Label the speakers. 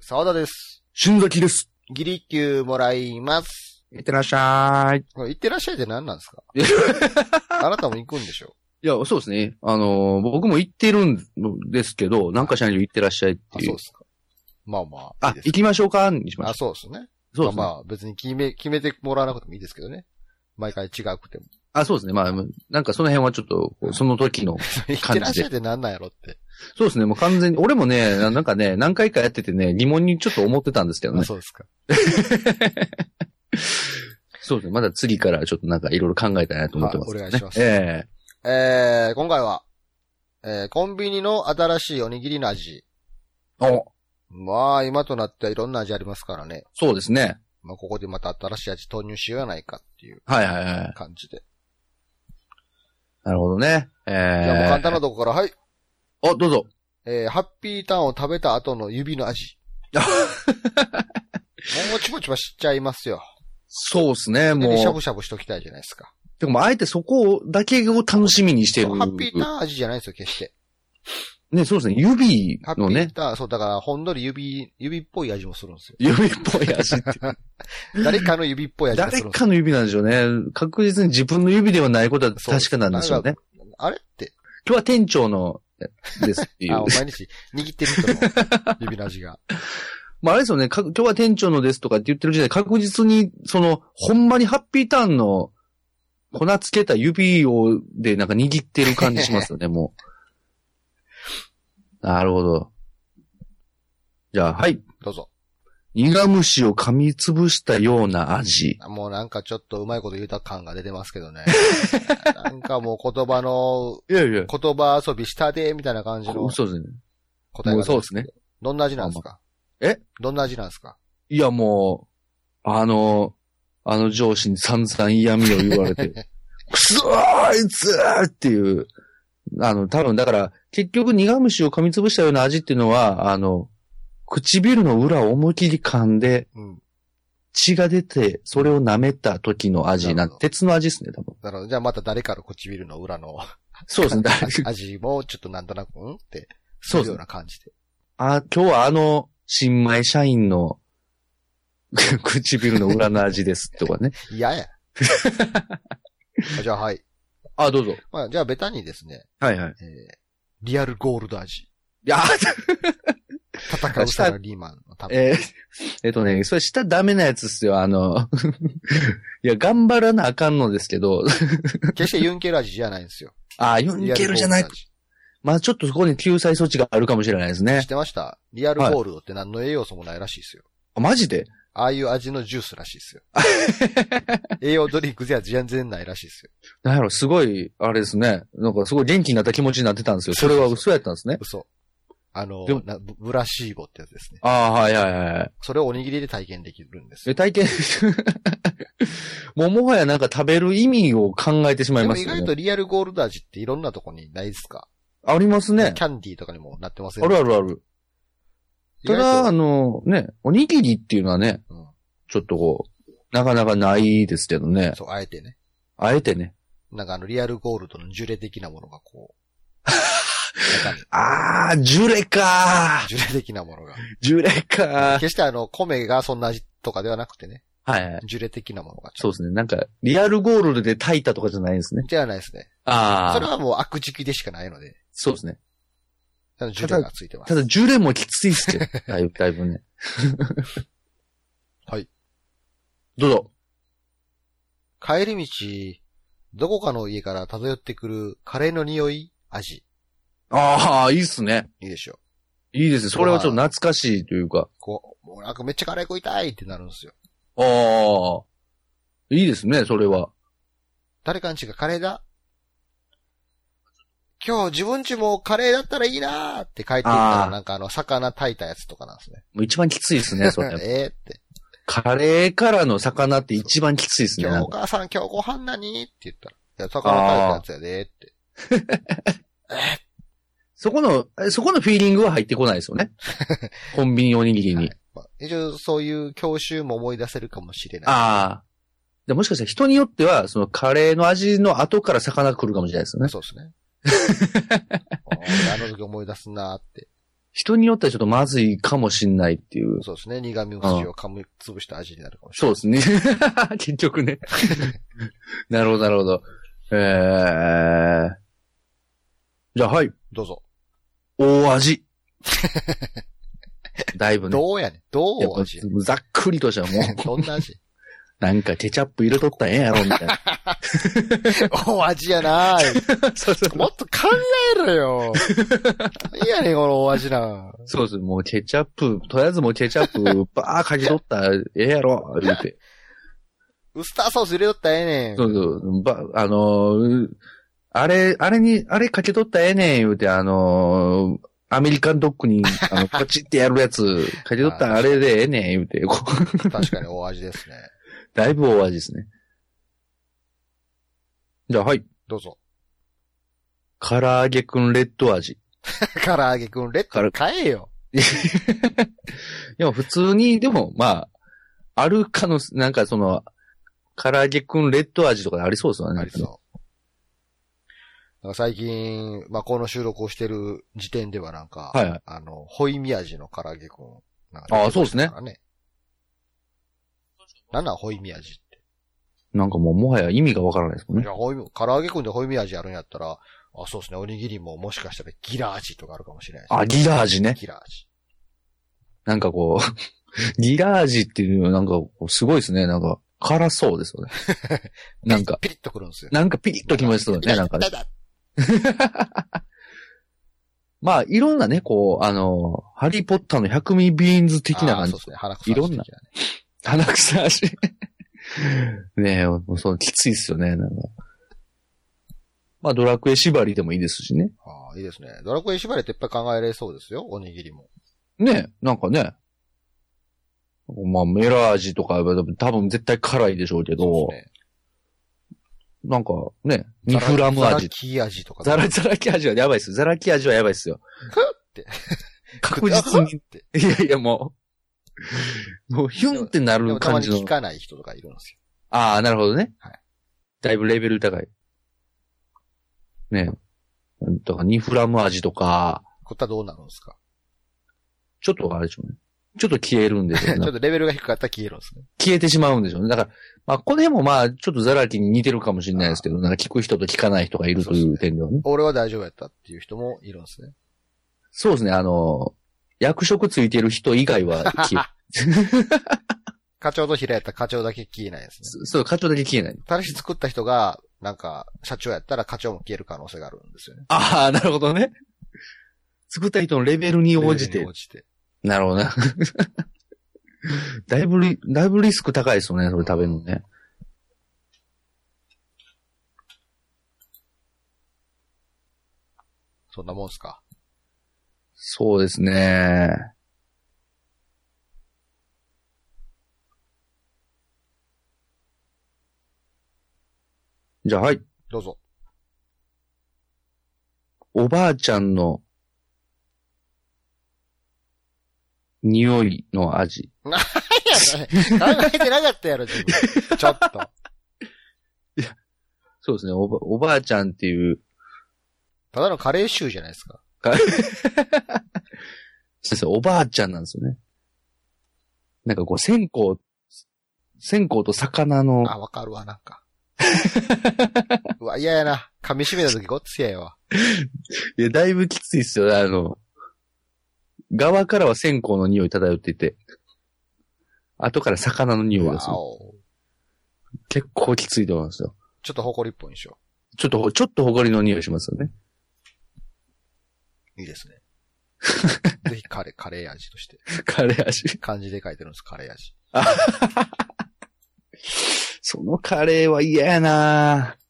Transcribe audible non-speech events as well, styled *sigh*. Speaker 1: 沢田です。
Speaker 2: 春崎です。
Speaker 1: ギリ級もらいます。
Speaker 2: いってらっしゃい。
Speaker 1: これ、行ってらっしゃいって何なんですか
Speaker 2: *laughs*
Speaker 1: あなたも行くんでしょ
Speaker 2: いや、そうですね。あのー僕も行ってるんですけど、なんかしないと行ってらっしゃいっ
Speaker 1: あ、
Speaker 2: てい
Speaker 1: そう
Speaker 2: う
Speaker 1: で。すか。まあまあ。
Speaker 2: あ
Speaker 1: いい、です
Speaker 2: 行きましょうかにしま
Speaker 1: あ、
Speaker 2: し
Speaker 1: そうですね。
Speaker 2: た。そ
Speaker 1: まあ
Speaker 2: うです
Speaker 1: ま
Speaker 2: ね。
Speaker 1: あ、別に決め、決めてもらわなくてもいいですけどね。毎回違く
Speaker 2: *laughs*
Speaker 1: ても。
Speaker 2: あ、そうですね。まあ、なんかその辺はちょっと、こうその時の。
Speaker 1: 行ってらっしゃいって何なんやろって。
Speaker 2: そうですね。もう完全に、俺もね、ななんかね、何回かやっててね、疑問にちょっと思ってたんですけど
Speaker 1: あ
Speaker 2: ね。
Speaker 1: そうですか。
Speaker 2: そうですね。まだ次からちょっとなんかいろいろ考えたいなと思ってます、ね。
Speaker 1: はいお願いします
Speaker 2: え
Speaker 1: えー、今回は、えー、コンビニの新しいおにぎりの味。
Speaker 2: えお、
Speaker 1: まあ、今となってはいろんな味ありますからね。
Speaker 2: そうですね。
Speaker 1: まあ、ここでまた新しい味投入しようやないかっていう
Speaker 2: はいはいはい。
Speaker 1: 感じで。
Speaker 2: なるほどね。ええ
Speaker 1: じゃあもう簡単なとこから、はい。
Speaker 2: お、どうぞ。
Speaker 1: えー、ハッピーターンを食べた後の指の
Speaker 2: *laughs*
Speaker 1: 味。もちもちはしちゃいますよ。
Speaker 2: そうですね、もう。
Speaker 1: で、しゃぶしゃぶしときたいじゃないですか。
Speaker 2: でも、あえてそこだけを楽しみにしてる。
Speaker 1: ハッピーターン味じゃないですよ、決して。
Speaker 2: ね、そうですね。指
Speaker 1: ハッピ
Speaker 2: のね
Speaker 1: ー、ターン、そう、だから、ほんのり指、指っぽい味もするんですよ。
Speaker 2: 指っぽい
Speaker 1: *laughs*
Speaker 2: 味って。
Speaker 1: 誰かの指っぽい味がす
Speaker 2: 誰
Speaker 1: るんですよ。
Speaker 2: かの指なんでしょうね。確実に自分の指ではないことは確かなんでしょうね。
Speaker 1: あれって、
Speaker 2: 今日は店長のですってい
Speaker 1: あ
Speaker 2: う。
Speaker 1: 毎日握ってる人の指の味
Speaker 2: *laughs*
Speaker 1: が。
Speaker 2: まあ、あれですよね。か今日は店長のですとかって言ってる時代、確実に、その、ほんまにハッピーターンの粉つけた指を、で、なんか握ってる感じしますよ
Speaker 1: *laughs*
Speaker 2: ね、もう。なるほど。じゃあ、はい。
Speaker 1: どうぞ。
Speaker 2: 苦虫を噛みつぶしたような味。
Speaker 1: もうなんかちょっとうまいこと言うた感が出てますけ
Speaker 2: *laughs*
Speaker 1: どね。なんかもう言葉の、
Speaker 2: いやいや。
Speaker 1: 言葉遊びしたで、みたいな感じの
Speaker 2: そうですね。
Speaker 1: 答え
Speaker 2: も
Speaker 1: が
Speaker 2: うそうですね。
Speaker 1: どんな味なんですか
Speaker 2: え
Speaker 1: どんな味なんですか
Speaker 2: いや、もう、あの、あの上司に散々嫌味を言われて、 *laughs* くそーあいつーっていう、あの、多分だから、結局苦虫を噛みつぶしたような味っていうのは、あの、唇の裏を思い切り噛んで、
Speaker 1: うん。
Speaker 2: 血が出て、それを舐めた時の味
Speaker 1: な
Speaker 2: な
Speaker 1: るほ
Speaker 2: ん
Speaker 1: ど、
Speaker 2: 鉄の味ですね、多分。
Speaker 1: なるほど。じゃあまた誰かの唇の裏
Speaker 2: *laughs*
Speaker 1: の
Speaker 2: そうですね。だ
Speaker 1: 味もちょっとなんとなく、うんって、
Speaker 2: そう
Speaker 1: い
Speaker 2: です
Speaker 1: よう
Speaker 2: ね。
Speaker 1: な感じで。
Speaker 2: あ、今日はあの、新米社員の *laughs* 唇の裏の味です、とかね。
Speaker 1: 嫌やあじゃあはい。
Speaker 2: あ、どうぞ。
Speaker 1: まあ、じゃあベタにですね、
Speaker 2: はいはい。
Speaker 1: えー、リアルゴールド味。
Speaker 2: いや、
Speaker 1: 戦うサラリーマンのため。
Speaker 2: えーえっとね、それしたらダメなやつっすよ、あの、 *laughs* いや、頑張らなあかんのですけど、
Speaker 1: 決してユンケル味じゃないんですよ。
Speaker 2: あ、ユンケルじゃな
Speaker 1: リア
Speaker 2: い
Speaker 1: ルゴールド。味
Speaker 2: まあちょっとそこに救済措置があるかもしれないですね
Speaker 1: 知っ。てましたリアルゴールドって何の栄養素もないらしいですよ。
Speaker 2: あマジで
Speaker 1: ああいう味のジュースらしい
Speaker 2: *laughs*
Speaker 1: ですよ。栄養ドリンクでは全然ないらしいですよ。
Speaker 2: なんやろ、すごい、あれですね。なんかすごい元気になった気持ちになってたんですよ。それは嘘やったんですね。
Speaker 1: 嘘。あの
Speaker 2: でも、
Speaker 1: なブブラシーボってやつですね。
Speaker 2: ああ、はいはいはいはい。
Speaker 1: それをおにぎりで体験できるんですよ
Speaker 2: え、体験、 *laughs* もうもはやなんか食べる意味を考えてしまい
Speaker 1: で
Speaker 2: ま
Speaker 1: も
Speaker 2: す
Speaker 1: 意
Speaker 2: よ
Speaker 1: 外
Speaker 2: ね。
Speaker 1: とリアルゴールド味っていろんなとこにないですか
Speaker 2: ありますね。
Speaker 1: キャンディーとかにもなってません
Speaker 2: あるあるある。
Speaker 1: 意
Speaker 2: た
Speaker 1: 外と
Speaker 2: だ、あの、ね、おにぎりっていうのはね、
Speaker 1: うん
Speaker 2: ちょっとこう、なかなかないですけどね。
Speaker 1: そう、あえてね。
Speaker 2: あえてね。
Speaker 1: なんかあの、リアルゴールドのジュレ的なものがこ
Speaker 2: *laughs*
Speaker 1: う、中に、
Speaker 2: あー、ジュレか
Speaker 1: ジュレ的なものが。
Speaker 2: ジュレか
Speaker 1: 決してあの、米がそんな味とかではなくてね、
Speaker 2: はいはい。
Speaker 1: ジュレ的なものが。
Speaker 2: そうですね。なんか、リアルゴールドで炊いたとかじゃないんですね。
Speaker 1: じゃないですね。それ
Speaker 2: あー。
Speaker 1: はもう悪食でしかないので、
Speaker 2: そうですね。
Speaker 1: あのジュレがついてます
Speaker 2: た。だ、ジュレもきついっすよ。だいぶ、だいぶね。
Speaker 1: *laughs* はい。
Speaker 2: どうぞ。
Speaker 1: 帰り道、どこかの家から漂ってくるカレーの匂い、味。
Speaker 2: あー、いいっすね。
Speaker 1: いいでしょう。
Speaker 2: いいですね。それはちょっと懐かしいというか。
Speaker 1: こう、もうなんかめっちゃカレー食いたいってなるんですよ。
Speaker 2: あー。いいですね、それは。
Speaker 1: 誰かんちがカレーだ今日自分ちもカレーだったらいいなーって帰っていった
Speaker 2: あ
Speaker 1: ら
Speaker 2: ー
Speaker 1: なんかあの魚炊いたやつとかなんですね。
Speaker 2: もう一番きついですね、それ。
Speaker 1: えーって。
Speaker 2: *laughs* カレーからの魚って一番きついですね。
Speaker 1: 今
Speaker 2: な
Speaker 1: 日
Speaker 2: ん
Speaker 1: お
Speaker 2: か
Speaker 1: 母さん今日ご飯何って言ったら。いや、魚炊いたやつやでーって。
Speaker 2: そこの、えそこのフィーリングは入ってこないですよ *laughs* ね。コンビニおにぎりに。
Speaker 1: はいまあ、一応そういう教習も思い出せるかもしれない。
Speaker 2: ああ。でもしかしたら人によっては、そのカレーの味の後か
Speaker 1: *laughs*
Speaker 2: ら魚が来るかもしれないですよね。
Speaker 1: そうですね。あーあの時思い出すなーって。
Speaker 2: 人によってはちょっとまずいかもしんないっていう。
Speaker 1: そうですね。苦味を筋を噛み潰した味になるかもしれ
Speaker 2: そう
Speaker 1: ない。
Speaker 2: ですね。 *laughs* 結局 *laughs* ね。なるほど、なるほど。えー。じゃあ、はい。
Speaker 1: どうぞ。
Speaker 2: 大 *laughs* 味。だいぶね。
Speaker 1: どうやねん。ど
Speaker 2: やっ
Speaker 1: う
Speaker 2: ぱ
Speaker 1: 味
Speaker 2: ざっくりとした *laughs* もう、
Speaker 1: どんな味
Speaker 2: なんかケチャップ入れとったらええんやろ、みたいな。
Speaker 1: お味やな
Speaker 2: *laughs* そうそう
Speaker 1: もっと考えろよ。いやねん、このお味な。
Speaker 2: そうです。もうケチャップ、とりあえずもうケチャップ、ばーかじ取ったらええやろ、言うて。
Speaker 1: ウスターソース入れとったらええねん。
Speaker 2: そうそう、ば、あのーあれ、あれに、あれかけ取ったらええねん、言うて、あのーアメリカンドッグに、あの、ポチってやるやつ、かけ取ったらあれでええねん、言うて、こう
Speaker 1: 確かにお味ですね。
Speaker 2: だいぶ大味ですね。じゃあ、はい。
Speaker 1: どうぞ。
Speaker 2: 唐揚げくんレッド味。
Speaker 1: 唐揚げくん、レッド買えよ。
Speaker 2: でも普通に、でも、まあ、あるかの、なんかその、唐揚げくんレッド味とかありそうですよね。
Speaker 1: ありそう。なんか最近、まあ、この収録をしてる時点ではなんか、
Speaker 2: はいはい
Speaker 1: あの、ホイミ味の唐揚げくん。なん
Speaker 2: ああそうですね
Speaker 1: 出てましたからね。なんなんホイミ味って。
Speaker 2: なんかもうもはや意味がわからないですもん
Speaker 1: じ
Speaker 2: ね。
Speaker 1: ゃあ、ホイミ、唐揚げくんでホイミ味あるんやったら、あ、そうですね、おにぎりももしかしたらギラ味とかあるかもしれないですね
Speaker 2: あ、ギラ味ね。
Speaker 1: ギラ味。
Speaker 2: なんかこう、 *laughs* ギラ味っていうのはなんかこうすごいですね。なんか辛そうです
Speaker 1: *laughs*
Speaker 2: よね。なんか、
Speaker 1: ピリッとくるんですよ。
Speaker 2: なんかピリッときましたよね。なんかね。まあ、いろんなね、こう、あの、ハリーポッターの百味ビーンズ的な
Speaker 1: あーそ
Speaker 2: 感じ
Speaker 1: うで。すね、腹くさ
Speaker 2: いろんな鼻くさ味。 *laughs* ねえ、もうそう、きついっすよね。なんか。まあ、ドラクエ縛りでもいいですしね。
Speaker 1: ああ、いいですね。ドラクエ縛りっていっぱい考えれそうですよ、おにぎりも。
Speaker 2: ねえ、なんかね。まあ、メラ味とかは多分絶対辛いでしょうけ
Speaker 1: そ
Speaker 2: ど
Speaker 1: う、ですね
Speaker 2: なんかね、ニフラム味
Speaker 1: ザラキ味とか。
Speaker 2: ザラ、ザラキ味はやばいっすよ。ザラキ味はやばいっすよ。
Speaker 1: ふって。
Speaker 2: 確実
Speaker 1: ふ
Speaker 2: に。
Speaker 1: って。
Speaker 2: いやいや、もう。もう、ヒュンってな
Speaker 1: で
Speaker 2: る
Speaker 1: もたま
Speaker 2: 感
Speaker 1: に
Speaker 2: じ
Speaker 1: 聞
Speaker 2: の。
Speaker 1: かない人とかいるんですよ。
Speaker 2: ああ、なるほどね。
Speaker 1: はい
Speaker 2: だいぶレベル高い。ねえ。だから、ニフラム味とか、
Speaker 1: こったらどうなるんですか
Speaker 2: ちょっとあれでしょうね。ちょっと消えるんでしょう
Speaker 1: ち
Speaker 2: ね
Speaker 1: ょっとレベルが低かったら消えるんですね。
Speaker 2: 消えてしまうんでしょうね。だから、まあ、この辺もまあ、ちょっとザラキに似てるかもしれないですけど、なんか聞く人と聞かない人がいるという点ではね。
Speaker 1: 俺は大丈夫やったっていう人もいるんですね。
Speaker 2: そうですね、あの、役職ついてる人以外は消え、
Speaker 1: 課長と平やったら課長だけ消えないですね。
Speaker 2: そう、課長だけ消えない。
Speaker 1: 新しく作った人が、なんか、社長やったら課長も消える可能性があるんですよね。
Speaker 2: ああ、なるほどね。作った人のレベルに応じ
Speaker 1: レベル
Speaker 2: て
Speaker 1: に。応じて。
Speaker 2: なるほどな。 *laughs* だいぶリ、だいぶリスク高いですよね、それ食べるのね。
Speaker 1: そんなもんすか。
Speaker 2: そうですね。じゃあ、はい。
Speaker 1: どうぞ。
Speaker 2: おばあちゃんの匂いの味。
Speaker 1: 考えてなかったやろ、自分。ちょっと。
Speaker 2: そうですね。おばおばあちゃんっていう、
Speaker 1: ただのカレー臭じゃないですか。
Speaker 2: 先生、おばあちゃんなんですよね。なんかこう、線香、線香と魚の、
Speaker 1: あ、わかるわ、なんか。うわ、嫌やな。噛み締めた時ごっつ嫌やわ。
Speaker 2: いや、だいぶきついっすよ、あの、側からは線香の匂い漂ってて、後から魚の匂いがする
Speaker 1: わ。お
Speaker 2: 結構きついと思うんですよ。
Speaker 1: ちょっと埃っぽいんでしょ。
Speaker 2: ちょっと、ちょっと埃の匂いしますよね。
Speaker 1: いい
Speaker 2: *laughs*
Speaker 1: ですね。ぜひカレー、カレー味として。
Speaker 2: カレー味。
Speaker 1: 漢字で書いてるんです、カレー味。
Speaker 2: そのカレーは嫌やなぁ